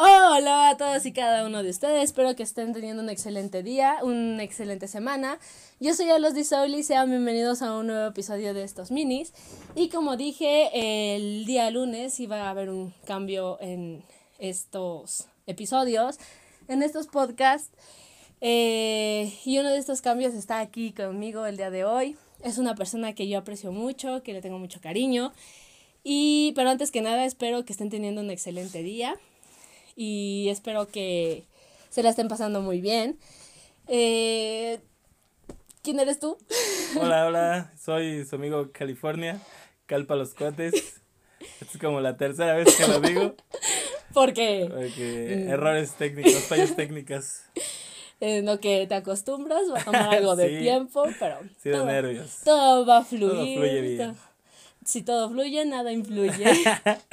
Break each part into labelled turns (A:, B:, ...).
A: Hola a todos y cada uno de ustedes, espero que estén teniendo un excelente día, una excelente semana. Yo soy Alos Disauli, sean bienvenidos a un nuevo episodio de estos minis. Y como dije, el día lunes iba a haber un cambio en estos episodios, en estos podcasts. Eh, y uno de estos cambios está aquí conmigo el día de hoy. Es una persona que yo aprecio mucho, que le tengo mucho cariño. Y, pero antes que nada, espero que estén teniendo un excelente día y espero que se la estén pasando muy bien. Eh, ¿Quién eres tú?
B: Hola, hola, soy su amigo California, calpa los cuates. Esta es como la tercera vez que lo digo.
A: Porque
B: Porque
A: Mm.
B: errores técnicos, fallas técnicas.
A: en lo que te acostumbras va a tomar algo de
B: Sí.
A: tiempo, pero
B: Sí, de nervios.
A: todo va a fluir.
B: fluye bien.
A: to- si todo fluye, nada influye.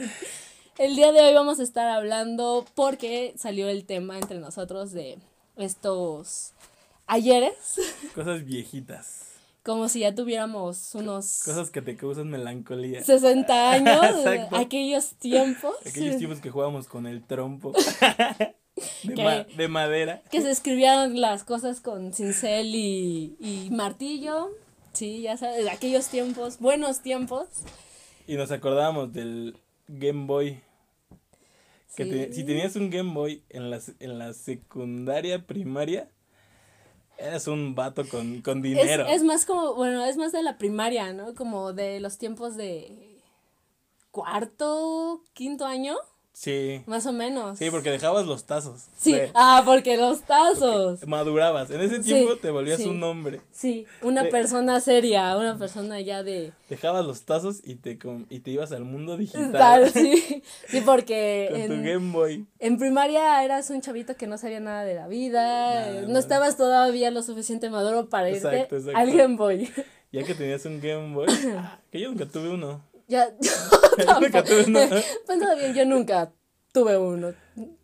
A: el día de hoy vamos a estar hablando porque salió el tema entre nosotros de estos ayeres,
B: Cosas viejitas.
A: como si ya tuviéramos unos...
B: Cosas que te causan melancolía.
A: 60 años,
B: Exacto.
A: aquellos tiempos
B: Aquellos tiempos que jugábamos con el trompo. De,
A: Que-
B: ma- de madera.
A: que se escribían las cosas con cincel y, y martillo. Sí, ya sabes, aquellos tiempos, buenos tiempos.
B: Y nos acordábamos del Game Boy. Que
A: Sí.
B: te- si tenías un Game Boy en la, se- en la secundaria, primaria, eras un vato con, con
A: Es,
B: dinero.
A: es más como, bueno, es más de la primaria, ¿no? Como de los tiempos de cuarto, quinto año,
B: Sí.
A: más o menos.
B: Sí, porque dejabas los tazos.
A: Sí,
B: De-
A: ah, porque los tazos.
B: Madurabas. En ese
A: Sí,
B: tiempo te volvías
A: sí.
B: un hombre.
A: Sí, una
B: De-
A: persona seria, una persona ya de...
B: Dejabas los tazos y te, com- y te ibas al mundo digital.
A: Tal, sí, sí, porque...
B: Con tu
A: en-
B: Game Boy.
A: En primaria eras un chavito que no sabía nada de la vida,
B: Nada,
A: eh, no
B: nada.
A: estabas todavía lo suficiente maduro para irte
B: Exacto, exacto.
A: al Game Boy.
B: Ya que tenías un Game Boy. ah, que yo nunca tuve uno.
A: Ya, yo
B: Yo
A: tampoco.
B: nunca tuve uno.
A: Pensaba bien, yo nunca tuve uno.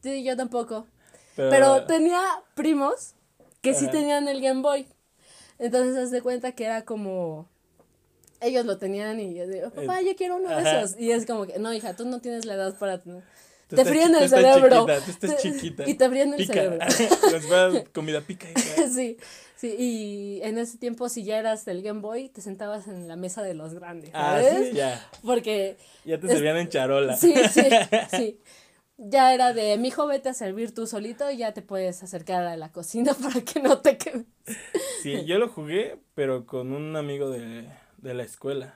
A: Sí, yo tampoco.
B: Pero,
A: Pero tenía primos que sí
B: Ah. Ajá.
A: tenían el Game Boy. Entonces haz de cuenta que era como ellos lo tenían y yo digo, papá, yo quiero uno de
B: Eh, Ajá.
A: esos. Y es como que, no, hija, tú no tienes la edad para tener.
B: tú
A: te
B: estás
A: fríen
B: chi-
A: el
B: tú estás
A: cerebro.
B: chiquita, tú estás
A: Te-
B: chiquita.
A: y te fríen el
B: pica.
A: cerebro.
B: Les va comida pica. hija.
A: Sí, sí, y en ese tiempo si ya eras del Game Boy, te sentabas en la mesa de los grandes,
B: Ah,
A: ¿sabes?
B: sí, ya.
A: Porque,
B: Ya te
A: Es-
B: servían en charola.
A: sí, sí, sí, ya era de, mijo, vete a servir tú solito y ya te puedes acercar a la cocina para que no te quemes.
B: Sí, yo lo jugué, pero con un amigo de, de la escuela.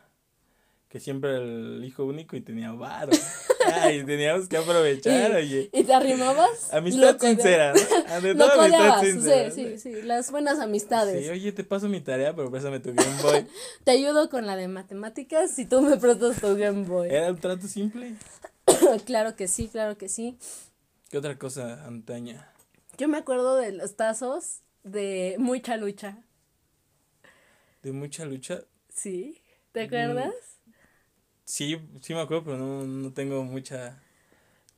B: Que siempre era el hijo único y tenía varo. Ay, teníamos que aprovechar, oye.
A: Y te arrimabas.
B: Amistad
A: lo codea-
B: sincera, ¿no? Ante
A: Lo
B: todo, amistad
A: codeabas,
B: sincera.
A: sí, sí, sí, las buenas amistades.
B: Sí, oye, te paso mi tarea, pero pues, préstame tu Game Boy.
A: Te ayudo con la de matemáticas si tú me prestas tu Game Boy.
B: Era un trato simple.
A: claro que sí, claro que sí.
B: ¿Qué otra cosa antaña?
A: Yo me acuerdo de los tazos de mucha lucha.
B: De mucha lucha.
A: Sí, ¿te acuerdas?
B: Sí, sí me acuerdo, pero no, no tengo mucha,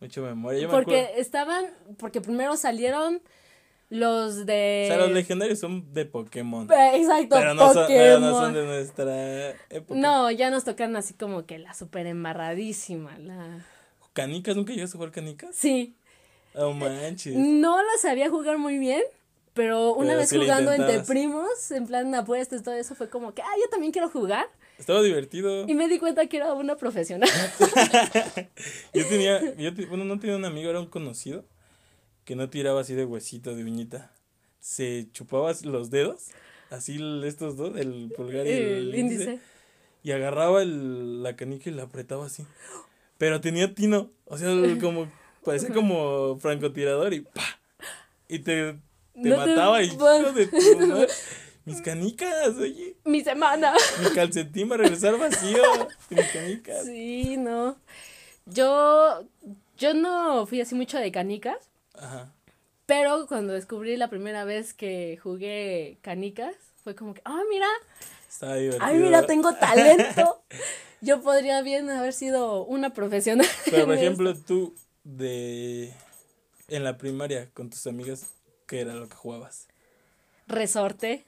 B: mucha memoria. Yo me
A: porque
B: acuerdo.
A: estaban, porque primero salieron los de...
B: O sea, los legendarios son de Pokémon.
A: Eh, Exacto,
B: Pero no, son, pero no son
A: Pokémon.
B: de nuestra época.
A: No, ya nos tocaron así como que la super embarradísima. La...
B: ¿Canicas? ¿Nunca llegaste a jugar canicas?
A: Sí, Eh,
B: Oh, manches.
A: no la sabía jugar muy bien, pero una
B: Pero
A: vez
B: sí la
A: jugando entre
B: intentabas.
A: primos, en plan apuestas, todo eso fue como que, ah, yo también quiero jugar.
B: Estaba divertido.
A: Y me di cuenta que era una profesional.
B: Yo tenía, yo te- bueno, no tenía un amigo, era un conocido que no tiraba así de huesito, de uñita. Se chupaba los dedos, así el- estos dos, el pulgar y el,
A: el índice.
B: y agarraba el- la canica y la apretaba así. Pero tenía tino, o sea, el- como, parecía como francotirador y ¡pa! Y te, te
A: No te-
B: mataba y
A: bueno.
B: hijo de tu madre, Mis canicas, oye,
A: Mi semana.
B: mi calcetín va a regresar vacío. Mis canicas.
A: Sí, no. Yo, yo no fui así mucho de canicas,
B: Ajá.
A: pero cuando descubrí la primera vez que jugué canicas, fue como que, ah, mira,
B: Estaba divertido.
A: ay, mira, tengo talento. Yo podría bien haber sido una profesional.
B: Pero
A: en
B: por ejemplo, tú de en la primaria con tus amigas, ¿qué era lo que jugabas?
A: esto. Resorte.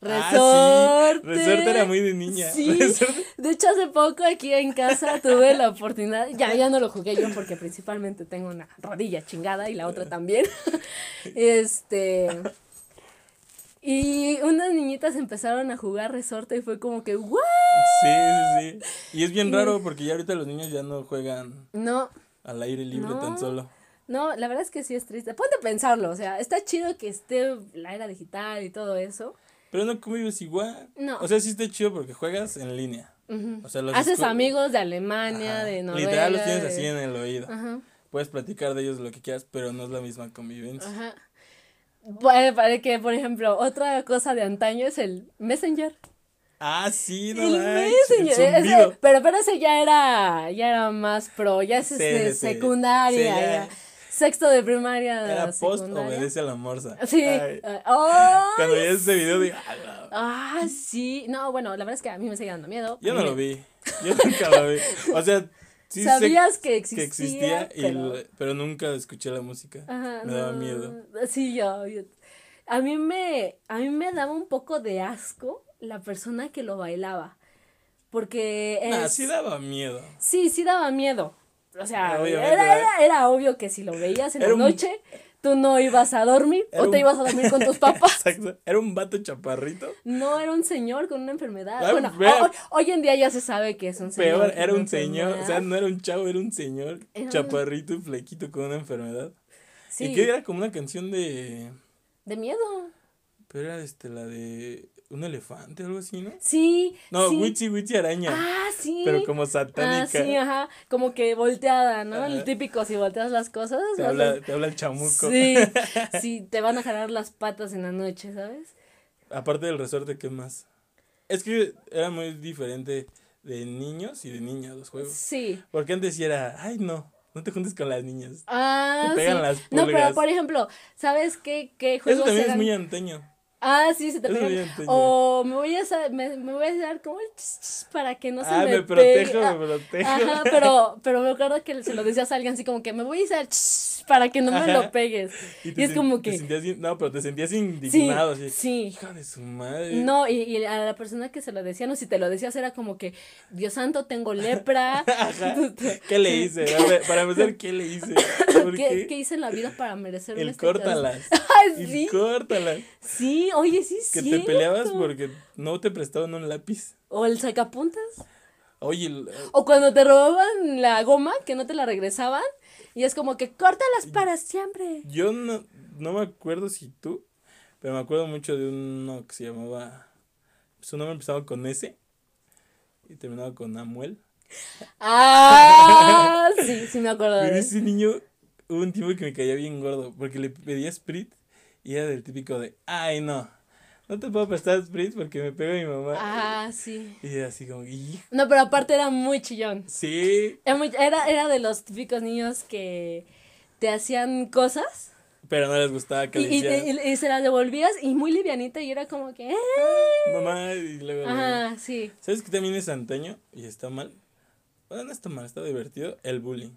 A: Resorte.
B: Ah, sí. Resorte era muy de niña.
A: Sí.
B: Resorte.
A: De hecho, hace poco aquí en casa tuve la oportunidad, ya, ya no lo jugué yo porque principalmente tengo una rodilla chingada y la otra también. Este. Y unas niñitas empezaron a jugar resorte y fue como que, ¡guau!
B: Sí, sí, sí. Y es
A: Eh.
B: bien raro porque ya ahorita los niños ya no juegan
A: No,
B: al aire libre tan
A: No.
B: solo.
A: no, la verdad es que sí es triste. Ponte a pensarlo, o sea, está chido que esté la era digital y todo eso.
B: Pero no convives igual.
A: No.
B: O sea, sí está chido porque juegas en línea.
A: Ujú.
B: O sea, los
A: Haces
B: escu-
A: amigos de Alemania,
B: Ajá.
A: de Noruega.
B: Literal los tienes
A: de-
B: así en el oído.
A: Ajá.
B: Puedes platicar de ellos lo que quieras, pero no es la misma convivencia.
A: Ajá. Bueno, para que, por ejemplo, otra cosa de antaño es el Messenger.
B: Ah, sí, no
A: el
B: manches, el
A: Messenger. ese-
B: zumbido.
A: pero, pero ese ya era, ya era más pro, ya es
B: Sí,
A: este,
B: sí, sí.
A: secundaria.
B: Sí, ya.
A: ya. Sexto de primaria.
B: Era post
A: Ah, secundaria.
B: obedece a la morsa.
A: Sí.
B: Ay,
A: eh, ¡ay!
B: cuando vi ese video digo, "Ah, la-".
A: Ah, sí. No, bueno, la verdad es que a mí me sigue dando miedo.
B: yo no
A: Mira,
B: lo vi. Yo nunca lo vi. O sea, sí sé
A: Sabías que
B: que
A: existía,
B: existía, y
A: pero...
B: lo- pero nunca escuché la música.
A: Ajá,
B: me daba
A: no.
B: miedo.
A: Sí, yo, yo- A mí me a mí me daba un poco de asco la persona que lo bailaba. Porque es-
B: Nah, sí daba miedo.
A: sí, sí daba miedo. O sea,
B: Obviamente,
A: era,
B: ¿verdad?
A: era, era obvio que si lo veías en
B: Era
A: la
B: un-
A: noche, tú no ibas a dormir
B: Era
A: o te
B: un-
A: ibas a dormir con tus papás.
B: Exacto. Era un vato chaparrito.
A: No, era un señor con una enfermedad.
B: Ah,
A: bueno,
B: vea.
A: ho- hoy en día ya se sabe que es un señor.
B: Peor,
A: con
B: era
A: una
B: un señor. O sea,
A: enfermedad.
B: no era un chavo, era un señor
A: Era un-
B: chaparrito y flequito con una enfermedad.
A: sí,
B: Y que era como una canción de.
A: de miedo.
B: Pero era este, la de. Un elefante, algo así, ¿no?
A: Sí.
B: No,
A: sí.
B: Witchy Witchy Araña.
A: Ah, sí.
B: Pero como
A: Ah,
B: satánica.
A: sí, ajá. Como que volteada, ¿no?
B: Ajá.
A: El típico, si volteas las cosas.
B: te,
A: vas a-
B: habla, te habla el chamuco.
A: Sí, sí, te van a jalar las patas en la noche, ¿sabes?
B: Aparte del resorte, ¿qué más? Es que era muy diferente de niños y de niñas los juegos.
A: Sí.
B: Porque antes sí era, ay no, no te juntes con las niñas.
A: Ah,
B: Te pegan
A: sí.
B: las
A: No,
B: pulgas.
A: pero por ejemplo, ¿sabes qué, qué
B: Eso
A: juegos
B: también es
A: eran?
B: muy antaño.
A: Ah, sí, se te
B: eso es muy
A: pegan.
B: antaño.
A: O me voy a sa- me, me voy a dar como el ch- ch- para que no se
B: ah,
A: me,
B: me, protejo,
A: pegue. Ah,
B: me protejo.
A: Ajá, pero, pero me acuerdo que se lo decías a alguien así como que me voy a hacer ch- para que no me
B: Ajá.
A: lo pegues.
B: te
A: y es
B: sen-
A: como
B: te
A: que-
B: sentías in- no, pero te sentías
A: Sí,
B: indignado. así,
A: sí.
B: Hija de su madre.
A: No, y, y a la persona que se lo decían, o si te lo decías, era como que, Dios santo, tengo lepra.
B: Ajá. ¿Qué le hice? A ver, Para empezar, ¿qué le hice? ¿Por
A: ¿Qué,
B: qué?
A: qué hice en la vida para merecer
B: El
A: este
B: córtalas.
A: castigo? Ay,
B: El
A: sí,
B: córtalas.
A: sí, oye, sí, sí.
B: Que te peleabas porque no te prestaban un lápiz.
A: O el sacapuntas.
B: Oye, el-
A: O cuando te robaban la goma, que no te la regresaban. Y es como que, córtalas para siempre.
B: Yo no, no me acuerdo si tú, pero me acuerdo mucho de uno que se llamaba. Su nombre empezaba con S y terminaba con Amuel.
A: Ah, sí, sí me acuerdo
B: Pero
A: de eso.
B: ese niño hubo un tiempo que me caía bien gordo porque le pedía Sprit y era del típico de: Ay, no, no te puedo prestar Sprit porque me pega mi mamá.
A: Ah, sí.
B: Y era así como: "Hijo,
A: No, pero aparte era muy chillón.
B: Sí,
A: Era, muy- era, era de los típicos niños que te hacían cosas.
B: pero no les gustaba que
A: Y,
B: le
A: y,
B: hicieran,
A: y- y se la devolvías y muy livianita y era como que... "Eh".
B: Mamá, y luego. luego.
A: Ajá, sí.
B: ¿Sabes que también es antaño y está mal? Bueno, no está mal, está divertido. El bullying.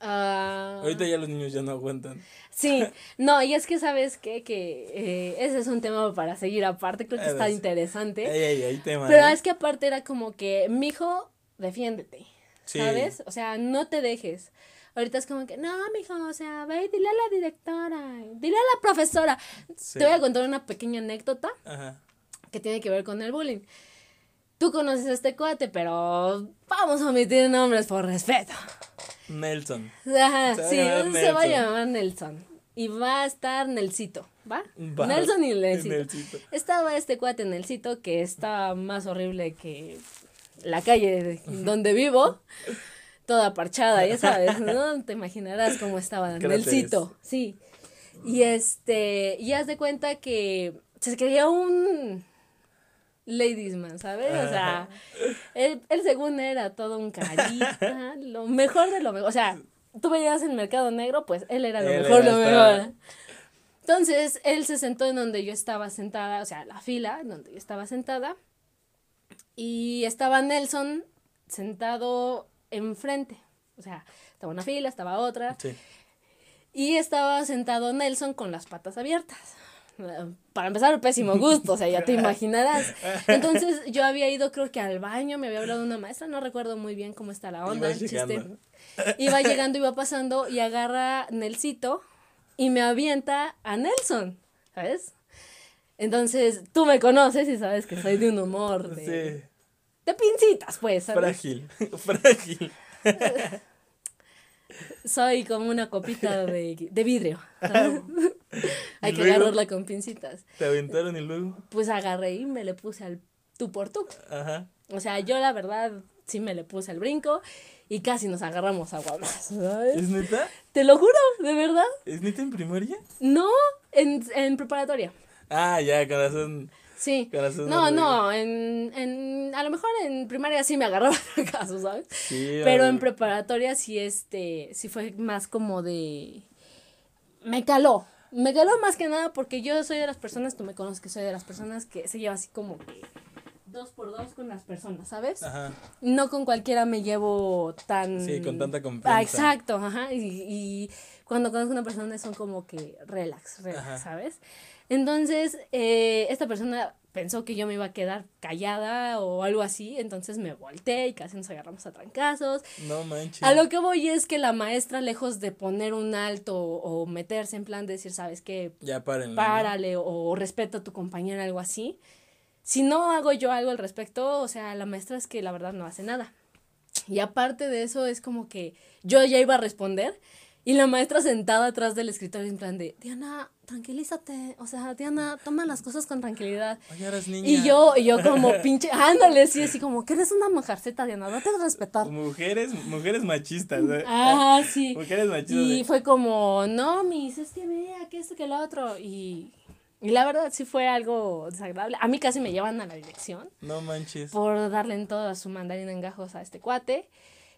A: Ah,
B: Ahorita ya los niños ya no aguantan.
A: Sí, no, y es que sabes qué? que eh, ese es un tema para seguir aparte, creo que
B: Ah,
A: está
B: sí.
A: interesante.
B: Ey, ey, ahí te ¿eh?
A: Pero es que aparte era como que, mijo, defiéndete,
B: Sí.
A: ¿sabes? O sea, no te dejes. Ahorita es como que, no, mijo, o sea, ve, y dile a la directora, y dile a la profesora.
B: Sí.
A: Te voy a contar una pequeña anécdota.
B: Ajá.
A: que tiene que ver con el bullying. Tú conoces a este cuate, pero vamos a omitir nombres por respeto.
B: Nelson.
A: Ajá,
B: Se va a
A: sí,
B: llamar
A: se va a
B: Nelson.
A: llamar Nelson. Y va a estar Nelsito, ¿va?
B: Va.
A: Nelson y Nelsito.
B: Nelsito.
A: Estaba este cuate Nelsito que está más horrible que la calle donde vivo. Toda parchada, ya sabes, ¿no? Te imaginarás cómo estaba
B: Cráteres.
A: Nelsito, sí. Y este, y haz de cuenta que se creía un ladies man, ¿sabes? O sea, él, él según era todo un carita, lo mejor de lo mejor. O sea, tú veías el mercado negro, pues él era lo
B: Él
A: mejor,
B: era,
A: lo
B: estaba-
A: mejor. Entonces, él se sentó en donde yo estaba sentada, o sea, la fila en donde yo estaba sentada. Y estaba Nelson sentado enfrente. O sea, estaba una fila, estaba otra.
B: Sí.
A: Y estaba sentado Nelson con las patas abiertas. para empezar, pésimo gusto, o sea, ya te imaginarás. Entonces yo había ido creo que al baño, me había hablado una maestra, no recuerdo muy bien cómo está la onda,
B: Ibas
A: el chiste.
B: llegando.
A: Iba llegando, iba pasando y agarra Nelsito y me avienta a Nelson, ¿sabes? Entonces tú me conoces y sabes que soy de un humor de,
B: Sí,
A: de pincitas, pues, ¿sabes?
B: frágil, frágil.
A: Soy como una copita de, de vidrio. ¿sabes? Hay
B: Y
A: que
B: luego-
A: agarrarla con pincitas.
B: Te aventaron y luego,
A: Pues agarré y me le puse al tú por tú.
B: ajá.
A: O sea, yo la verdad sí me le puse al brinco y casi nos agarramos a guamás, ¿sabes?
B: ¿Es neta?
A: Te lo juro, de verdad.
B: ¿Es neta en primaria?
A: No, en, en preparatoria.
B: Ah, ya, corazón.
A: Sí.
B: Corazón
A: No,
B: de
A: no, en, en, a lo mejor en primaria sí me agarraban a caso, ¿sabes?
B: Sí,
A: Pero
B: o-
A: en preparatoria sí, este, sí fue más como de... Me caló. Me caló más que nada porque yo soy de las personas, tú me conoces que soy de las personas que se lleva así como que dos por dos con las personas, ¿sabes?
B: Ajá.
A: no con cualquiera me llevo tan...
B: Ah. Sí, con tanta confianza.
A: Ah, exacto, ajá. Y, y cuando conozco a una persona son como que relax, relax,
B: Ajá.
A: ¿sabes? Entonces, eh, esta persona pensó que yo me iba a quedar callada o algo así, entonces me volteé y casi nos agarramos a trancazos.
B: No manches.
A: A lo que voy es que la maestra, lejos de poner un alto o, o meterse en plan de decir, ¿sabes qué?
B: Ya párenlo.
A: párale o, o respeta a tu compañera, algo así. Si no hago yo algo al respecto, o sea, la maestra es que la verdad no hace nada. Y aparte de eso, es como que yo ya iba a responder y la maestra sentada atrás del escritorio en plan de, Diana, tranquilízate, o sea, Diana, toma las cosas con tranquilidad.
B: ¿no? Oye, eres niña.
A: Y yo, y yo como pinche, ándale, sí, así como, que eres una mojarceta, Diana, date a respetar.
B: Pues Mujeres, mujeres machistas. ¿eh?
A: Ah, sí.
B: Mujeres machistas.
A: Y
B: de-
A: fue como, no, mis, es que vea, que esto, que lo otro. Y, y la verdad sí fue algo desagradable. A mí casi me llevan a la dirección
B: No manches.
A: por darle en toda su mandarina en gajos a este cuate.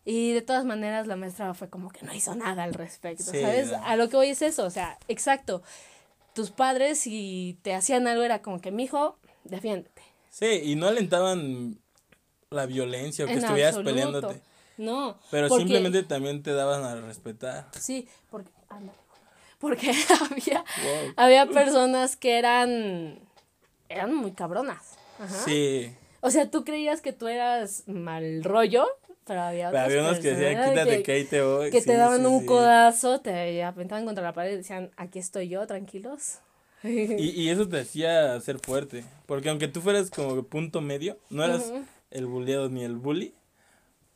A: Y de todas maneras la maestra fue como que no hizo nada al respecto,
B: Sí,
A: ¿sabes?
B: no.
A: A lo que voy es eso, o sea, exacto. Tus padres si te hacían algo era como que, mijo, defiéndete.
B: Sí, y no alentaban la violencia o que
A: En
B: estuvieras
A: absoluto.
B: peleándote.
A: No.
B: Pero
A: porque-
B: simplemente también te daban a respetar.
A: Sí, porque, ándale, güey. porque había,
B: Wow.
A: había personas que eran, eran muy cabronas. Ajá.
B: Sí.
A: O sea, tú creías que tú eras mal rollo, pero había
B: Pero
A: otras
B: había unos que decían,
A: personas
B: quítate
A: que-
B: que, ahí te voy.
A: que
B: Sí,
A: te daban
B: sí,
A: un
B: sí.
A: codazo, te aventaban contra la pared y decían, aquí estoy yo, tranquilos.
B: Y, y eso te hacía ser fuerte. Porque aunque tú fueras como que punto medio, no eras
A: Ujú.
B: el bulleado ni el bully,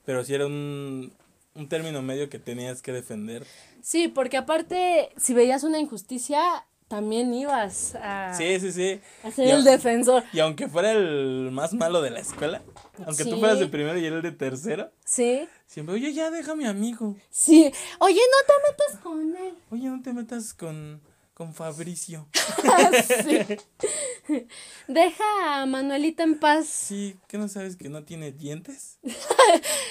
B: pero sí era un, un término medio que tenías que defender.
A: Sí, porque aparte, si veías una injusticia, también ibas a,
B: Sí, sí, sí.
A: a ser
B: Y
A: Ah. el
B: au-
A: defensor.
B: Y aunque fuera el más malo de la escuela, aunque
A: Sí.
B: tú fueras de primero y él de tercero,
A: Sí,
B: siempre, oye, ya deja a mi amigo.
A: sí. Oye, no te metas con él.
B: Oye, no te metas con, con Fabricio.
A: Sí. Deja a Manuelita en paz.
B: Sí, ¿qué no sabes que no tiene dientes?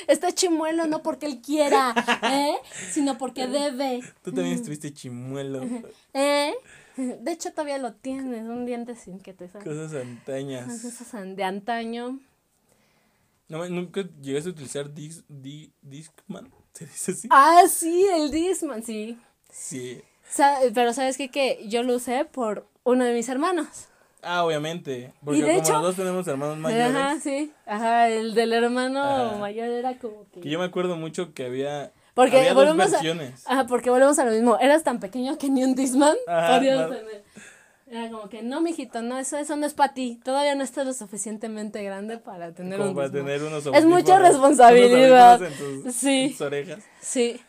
A: Está chimuelo no porque él quiera, ¿eh? sino porque debe.
B: Tú también estuviste chimuelo.
A: ¿eh? De hecho, todavía lo tienes, un diente sin que te salga.
B: Cosas antañas.
A: Esas an- de antaño.
B: No, ¿Nunca llegaste a utilizar dis- di- Discman? ¿Se dice así?
A: Ah, sí, el Disman, sí.
B: Sí.
A: Sa- Pero ¿sabes qué? Que yo lo usé por uno de mis hermanos.
B: Ah, obviamente. Porque
A: de
B: como
A: hecho-
B: los dos tenemos hermanos mayores.
A: Ajá, sí. Ajá, el del hermano
B: Ajá.
A: mayor era como que...
B: Que yo me acuerdo mucho que había,
A: Porque
B: había dos
A: volvemos a-
B: versiones.
A: Ah, porque volvemos a lo mismo. Eras tan pequeño que ni un Disman
B: Ajá,
A: podías
B: no.
A: tener. Era como que, no, mijito, no, eso, eso no es para ti. Todavía no estás lo suficientemente grande para tener
B: como
A: un
B: para
A: Discman.
B: tener unos
A: Es mucha
B: audífonos-
A: responsabilidad.
B: unos audífonos en tus,
A: Sí.
B: en tus orejas.
A: Sí.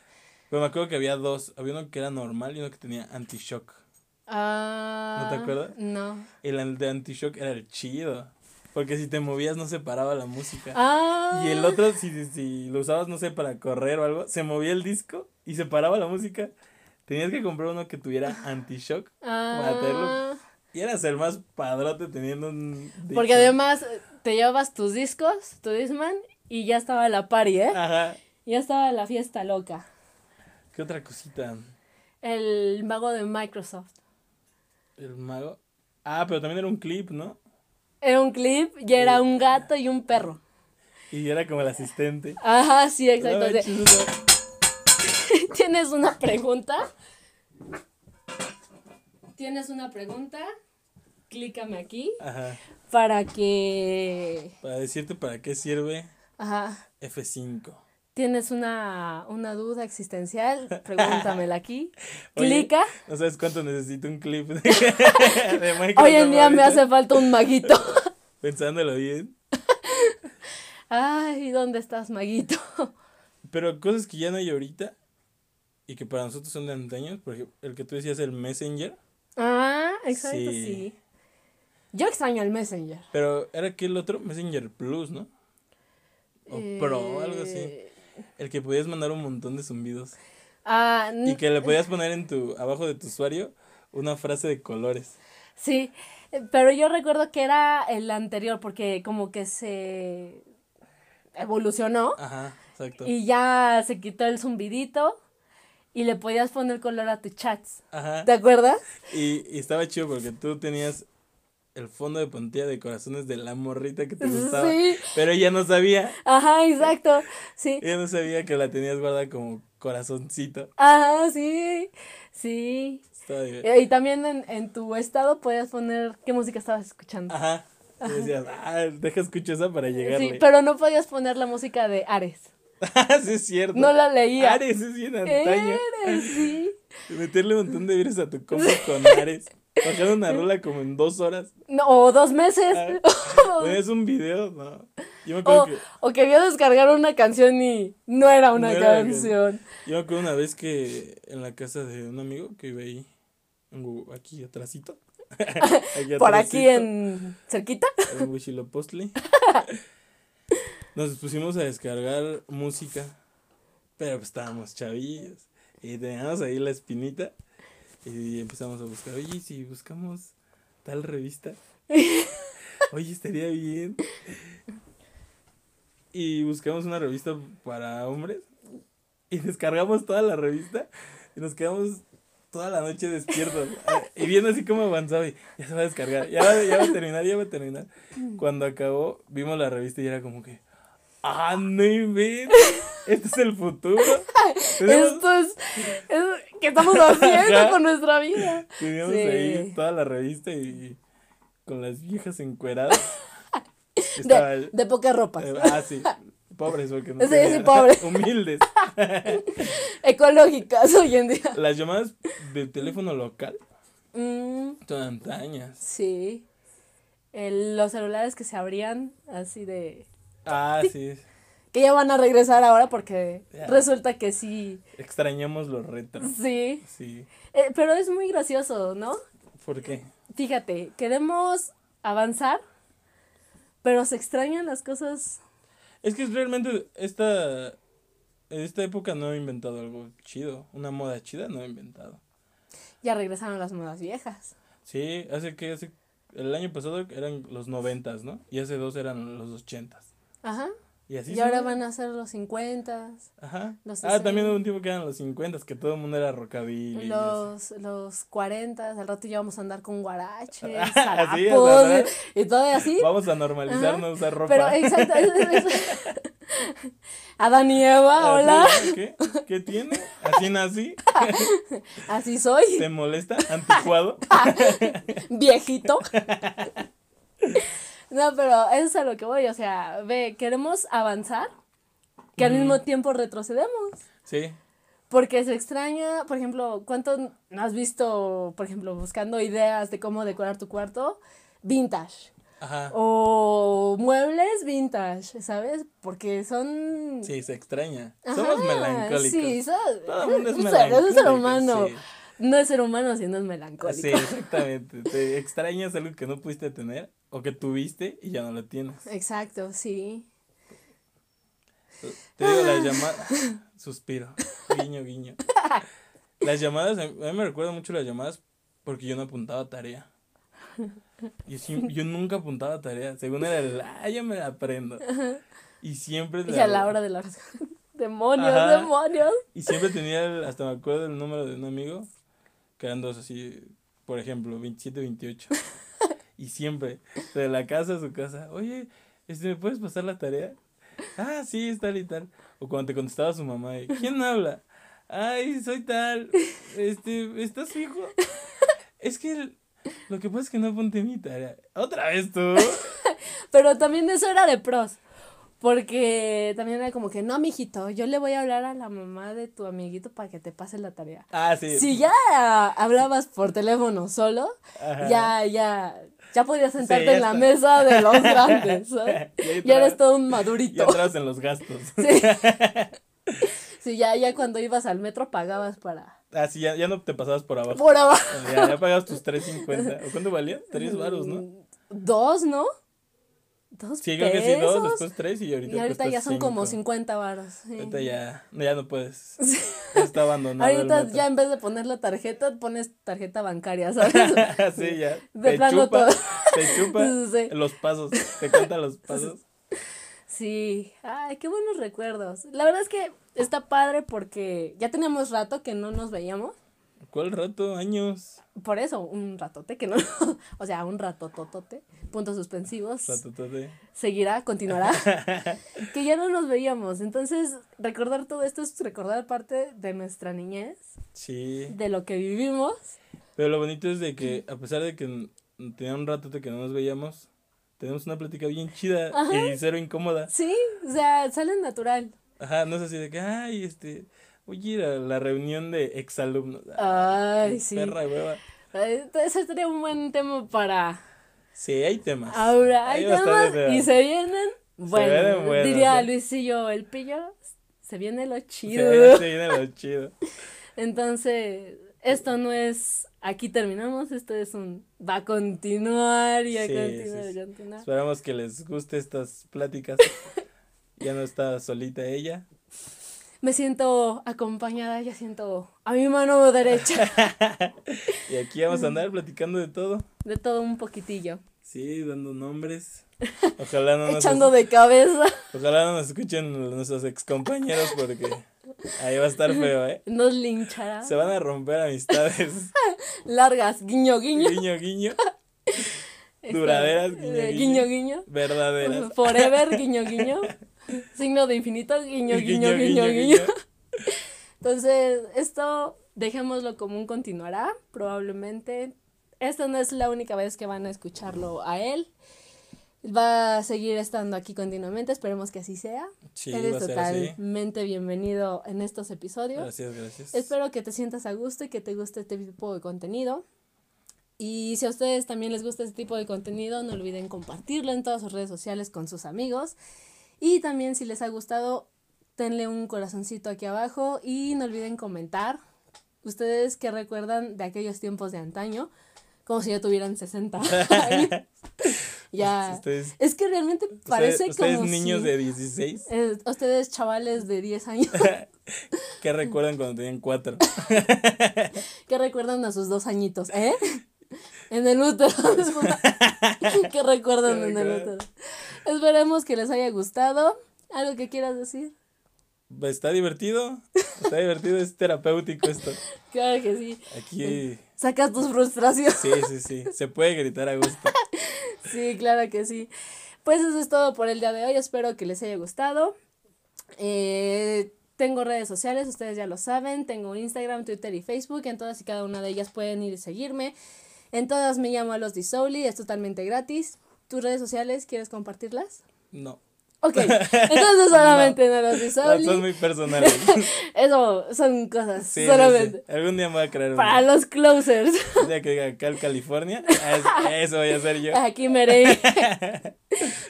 B: Pero me acuerdo que había dos. Había uno que era normal y uno que tenía anti-shock.
A: Ah,
B: ¿No te acuerdas?
A: No.
B: El an- de anti-shock era el chido. Porque si te movías no se paraba la música.
A: Ah.
B: Y el otro, si, si- si lo usabas, no sé, para correr o algo, se movía el disco y se paraba la música. Tenías que comprar uno que tuviera anti-shock.
A: Ah.
B: Materlo. Y eras el más padrote teniendo un. disco.
A: Porque además eh, te llevabas tus discos, tu Disman, y ya estaba la party, ¿eh?
B: Ajá.
A: Ya estaba la fiesta loca.
B: ¿Qué otra cosita?
A: El mago de Microsoft.
B: El mago. Ah, pero también era un clip, ¿no?
A: Era un clip y era un gato y un perro.
B: Y era como el asistente.
A: Ajá, sí, exacto.
B: Estaba
A: O sea,
B: chido.
A: ¿Tienes una pregunta? ¿Tienes una pregunta? clícame aquí
B: Ajá.
A: para que...
B: Para decirte para qué sirve
A: Ajá.
B: F5.
A: ¿Tienes una, una duda existencial? Pregúntamela aquí.
B: Oye,
A: Clica.
B: No sabes cuánto necesito un clip de, de Minecraft
A: Hoy en día me
B: ahorita,
A: hace falta un maguito.
B: Pensándolo bien.
A: Ay, ¿dónde estás, maguito?
B: Pero cosas que ya no hay ahorita y que para nosotros son de antaño, por ejemplo, el que tú decías, el Messenger,
A: Ah, exacto,
B: Sí.
A: sí. Yo extraño el Messenger.
B: pero era que el otro, Messenger Plus, ¿no? O Pro, Oh, algo así.
A: Eh,
B: El que podías mandar un montón de zumbidos
A: Ah,
B: y que le podías poner en tu abajo de tu usuario una frase de colores.
A: Sí, eh, pero yo recuerdo que era el anterior porque como que se evolucionó
B: Ajá, exacto.
A: y ya se quitó el zumbidito y le podías poner color a tus chats.
B: Ajá.
A: ¿Te acuerdas?
B: Y, y estaba chido porque tú tenías el fondo de pantalla de corazones de la morrita que te gustaba.
A: Sí.
B: Pero ella no sabía.
A: Ajá, exacto. Sí.
B: Ella no sabía que la tenías guardada como corazoncito.
A: Ajá, sí. Sí.
B: Estaba
A: Y,
B: divertido.
A: y también en, en tu estado podías poner qué música estabas escuchando.
B: Ajá. Y decías, ah, deja escucho esa para llegarle. Ah,
A: Sí, pero no podías poner la música de Ares.
B: sí, es cierto.
A: No la leía.
B: Ares es bien antaño.
A: Eres, sí.
B: Meterle un montón de virus a tu compu con Ares. Bajar una rola como en dos horas.
A: No, o dos meses.
B: Ah, Ponías un video, ¿no? Yo me acuerdo
A: O,
B: que.
A: o quería descargar una canción y no era una
B: No era la
A: canción.
B: Yo me acuerdo una vez que en la casa de un amigo que iba ahí, en Gu- aquí atrásito. Aquí
A: Por aquí
B: atrásito,
A: en. cerquita.
B: en Huitzilopochtli. Nos pusimos a descargar música, pero pues estábamos chavillos. Y teníamos ahí la espinita y empezamos a buscar, oye, ¿y si buscamos tal revista, oye, estaría bien. Y buscamos una revista para hombres y descargamos toda la revista y nos quedamos toda la noche despiertos ah, y viendo así como avanzaba y ya se va a descargar, ya va, ya va a terminar, ya va a terminar. Cuando acabó, vimos la revista y era como que, ah, no inventes, este es el futuro. Tenemos-
A: Esto es. es- ¿Qué estamos haciendo
B: Ajá.
A: con nuestra vida?
B: Teníamos
A: Sí.
B: ahí toda la revista y con las viejas encueradas. Estaba-
A: De, de pocas ropas.
B: eh, ah, sí. Pobres, porque no
A: Sí, sí,
B: tenían-
A: pobres.
B: Humildes.
A: Ecológicas hoy en día.
B: Las llamadas de teléfono local,
A: Mm,
B: todas antañas.
A: sí. El- los celulares que se abrían así de.
B: Ah, sí.
A: Que ya van a regresar ahora porque
B: Ya.
A: resulta que sí.
B: Extrañamos los retros.
A: Sí.
B: Sí.
A: Eh, pero es muy gracioso, ¿no?
B: ¿Por qué?
A: Fíjate, queremos avanzar, pero se extrañan las cosas.
B: Es que es realmente esta. En esta época no he inventado algo chido. Una moda chida no he inventado.
A: Ya regresaron las modas viejas.
B: Sí, hace que hace. El año pasado eran los noventas, ¿no? Y hace dos eran los ochentas.
A: Ajá.
B: Y así.
A: y
B: se
A: ahora
B: ve.
A: van a ser los 50,
B: Ajá.
A: los
B: ah, también
A: 60.
B: hubo un tiempo que eran los 50, que todo el mundo era rockabilly. y así.
A: los, los 40, al rato ya vamos a andar con guaraches,
B: Así es, ¿verdad?
A: zarapos y, y todo así.
B: Vamos a normalizar
A: Ajá.
B: no usar ropa.
A: Pero exacto, eso- eso- eso. Adán y Eva, hola,
B: Así, ¿Qué? ¿Qué tiene? ¿Así nací?
A: así soy,
B: ¿Te molesta? ¿Anticuado?
A: viejito. No, pero eso es a lo que voy, o sea, ve, queremos avanzar, que al mismo tiempo retrocedemos.
B: Sí.
A: Porque se extraña, por ejemplo, ¿cuánto no has visto, por ejemplo, buscando ideas de cómo decorar tu cuarto? Vintage.
B: Ajá.
A: O muebles vintage, ¿sabes? Porque son...
B: Sí, se extraña.
A: Ajá,
B: Somos melancólicos.
A: Sí, so-
B: Todo el mundo es
A: un ser-
B: melancólico.
A: un ser humano.
B: sí.
A: No es ser humano, sino es melancólico.
B: Sí, exactamente. Te extrañas algo que no pudiste tener o que tuviste y ya no lo tienes.
A: Exacto, sí.
B: Te digo,
A: Ah.
B: las llamadas. Suspiro. Guiño, guiño. Las llamadas, a mí a mí me recuerdan mucho las llamadas porque yo no apuntaba tarea. Yo, sí- yo nunca apuntaba tarea. Según era el, ah, ya me la aprendo. Y siempre.
A: Y a la hora de la... demonios,
B: Ajá.
A: demonios.
B: Y siempre tenía, el- hasta me acuerdo el número de un amigo, que eran dos así, por ejemplo, 27, 28. Y siempre, de la casa a su casa, oye, este, ¿me puedes pasar la tarea? Ah, sí, es tal y tal. O cuando te contestaba su mamá, de, ¿quién habla? Ay, soy tal. Este, ¿estás fijo? Es que el- Lo que pasa es que no apunté mi tarea. Otra vez tú.
A: Pero también eso era de pros. Porque también era como que, no, mijito, yo le voy a hablar a la mamá de tu amiguito para que te pase la tarea.
B: Ah, sí.
A: Si ya hablabas por teléfono solo,
B: Ajá.
A: ya, ya, ya podías sentarte
B: ya
A: en la
B: está.
A: mesa de los grandes, ¿sabes?
B: Y ahí
A: Ya eres
B: tra-
A: todo un
B: Y
A: madurito.
B: atrás en los gastos.
A: Sí. Sí, ya, ya cuando ibas al metro pagabas para...
B: Así Ah, ya, ya no te pasabas por abajo.
A: Por abajo.
B: Ya, ya pagabas tus 3.50. ¿O cuánto valía? 3 varos, ¿no?
A: Dos, ¿no? Dos
B: Sí, creo
A: pesos.
B: que sí, dos, después tres y ahorita
A: y ahorita
B: cuesta
A: ya son como
B: cinco.
A: 50 varos. sí.
B: Ahorita ya, no, ya no puedes. Ya Está abandonado. el
A: Ahorita
B: metro.
A: ya en vez de poner la tarjeta, pones tarjeta bancaria, ¿sabes?
B: sí, ya.
A: De
B: te
A: plano
B: chupa,
A: todo.
B: te chupa
A: Sí.
B: los pasos, te cuenta los pasos.
A: Sí, ay, qué buenos recuerdos. La verdad es que está padre porque ya teníamos rato que no nos veíamos.
B: ¿Cuál rato? Años.
A: Por eso, un ratote que no. O sea, un ratototote. Puntos suspensivos.
B: Ratotote.
A: Seguirá, continuará. que ya no nos veíamos. Entonces, recordar todo esto es recordar parte de nuestra niñez,
B: Sí.
A: de lo que vivimos.
B: Pero lo bonito es de que, a pesar de que n- tenía un ratote que no nos veíamos, tenemos una plática bien chida y cero incómoda.
A: Sí, o sea, sale natural.
B: Ajá, no es así de que, ay, este, oye, la, la reunión de exalumnos. Ah,
A: Ay, sí.
B: Perra hueva.
A: Eh, Ese sería un buen tema para
B: Sí, hay temas.
A: Ahora hay temas
B: bastantes temas.
A: y se vienen. Bueno,
B: vienen buenos,
A: diría
B: ¿eh?
A: Luisillo el pillo, se viene lo chido.
B: Se, se viene lo chido.
A: Entonces, esto no es aquí terminamos, esto es un va a continuar y a
B: Sí,
A: continuar
B: sí,
A: y
B: sí.
A: a continuar.
B: Esperamos que les guste estas pláticas. Ya no está solita ella.
A: Me siento acompañada, ya siento a mi mano derecha
B: Y aquí vamos a andar platicando de todo.
A: de todo un poquitillo,
B: Sí, dando nombres. Ojalá no nos,
A: echando de cabeza.
B: ojalá no nos escuchen nuestros excompañeros porque ahí va a estar feo, ¿eh?
A: Nos linchará.
B: Se van a romper amistades.
A: Largas, guiño, guiño.
B: Guiño, guiño.
A: Esto-
B: duraderas, guiño,
A: eh,
B: guiño.
A: guiño, guiño.
B: Verdaderas.
A: Forever, guiño, guiño. Signo de infinito, guiño, guiño, guiño, guiño. Entonces, esto dejémoslo como un continuará, probablemente. Esta no es la única vez que van a escucharlo a él. Va a seguir estando aquí continuamente, esperemos que así sea.
B: Sí, va
A: Eres
B: a ser así.
A: totalmente bienvenido en estos episodios.
B: Gracias, gracias.
A: Espero que te sientas a gusto y que te guste este tipo de contenido. Y si a ustedes también les gusta este tipo de contenido, no olviden compartirlo en todas sus redes sociales con sus amigos. Y también si les ha gustado, denle un corazoncito aquí abajo y no olviden comentar ustedes que recuerdan de aquellos tiempos de antaño, como si ya tuvieran 60 años. ya.
B: Pues Ustedes,
A: Es que realmente
B: este, ustedes,
A: parece
B: ustedes
A: como
B: niños
A: si-
B: de 16,
A: eh, ustedes chavales de 10 años
B: ¿qué recuerdan cuando tenían 4?
A: ¿Qué recuerdan a sus dos añitos? ¿Eh? En el útero. ¿Qué recuerdan
B: ¿Qué
A: en el útero?
B: recuerdan?
A: Esperemos que les haya gustado. ¿Algo que quieras decir?
B: Pues Está divertido, está divertido, es terapéutico esto.
A: Claro que sí.
B: Aquí,
A: Sacas tus frustraciones.
B: sí, sí, sí, se puede gritar a gusto.
A: Sí, claro que sí. Pues eso es todo por el día de hoy. Espero que les haya gustado. Eh, tengo redes sociales, ustedes ya lo saben. Tengo Instagram, Twitter y Facebook. En todas y cada una de ellas pueden ir y seguirme. En todas me llamo a los Disouli, es totalmente gratis. ¿Tus redes sociales quieres compartirlas?
B: No,
A: Ok, entonces solamente en a los
B: no, son
A: Disouli.
B: muy personales.
A: Eso son cosas,
B: Sí, sí,
A: solamente.
B: sí. Algún día me voy a crear
A: Para
B: un
A: los closers.
B: día que diga Cal California, Ah, es- eso voy a hacer yo.
A: Aquí me haré.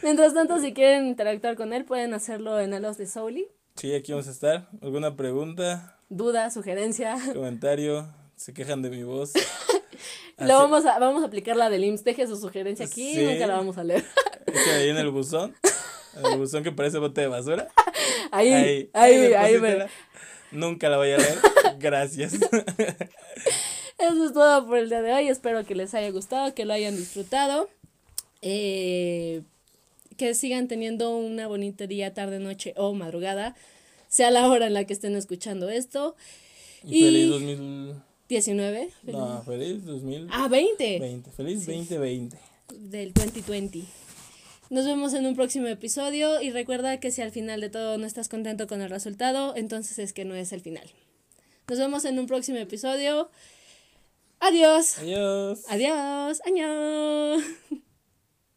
A: Mientras tanto, si quieren interactuar con él, pueden hacerlo en Alos de Souli.
B: Sí, aquí vamos a estar. ¿Alguna pregunta,
A: Duda, sugerencia.
B: comentario? ¿Se quejan de mi voz?
A: Lo vamos a, vamos a aplicar la del IMSS. Deje su sugerencia aquí
B: Sí.
A: nunca la vamos a leer.
B: Échale ahí en el buzón, en el buzón que parece bote de basura.
A: Ahí, ahí,
B: Ahí,
A: ahí,
B: deposítela.
A: me.
B: Nunca la voy a leer. Gracias.
A: Eso es todo por el día de hoy. Espero que les haya gustado, que lo hayan disfrutado. Eh, que sigan teniendo una bonita día, tarde, noche o madrugada. Sea la hora en la que estén escuchando esto.
B: Y
A: Y-
B: feliz 2000.
A: 19.
B: No, feliz 2020.
A: Ah, 20.
B: Feliz 2020.
A: del 2020. Nos vemos en un próximo episodio y recuerda que si al final de todo no estás contento con el resultado, entonces es que no es el final. Nos vemos en un próximo episodio. Adiós.
B: Adiós.
A: Adiós. Año.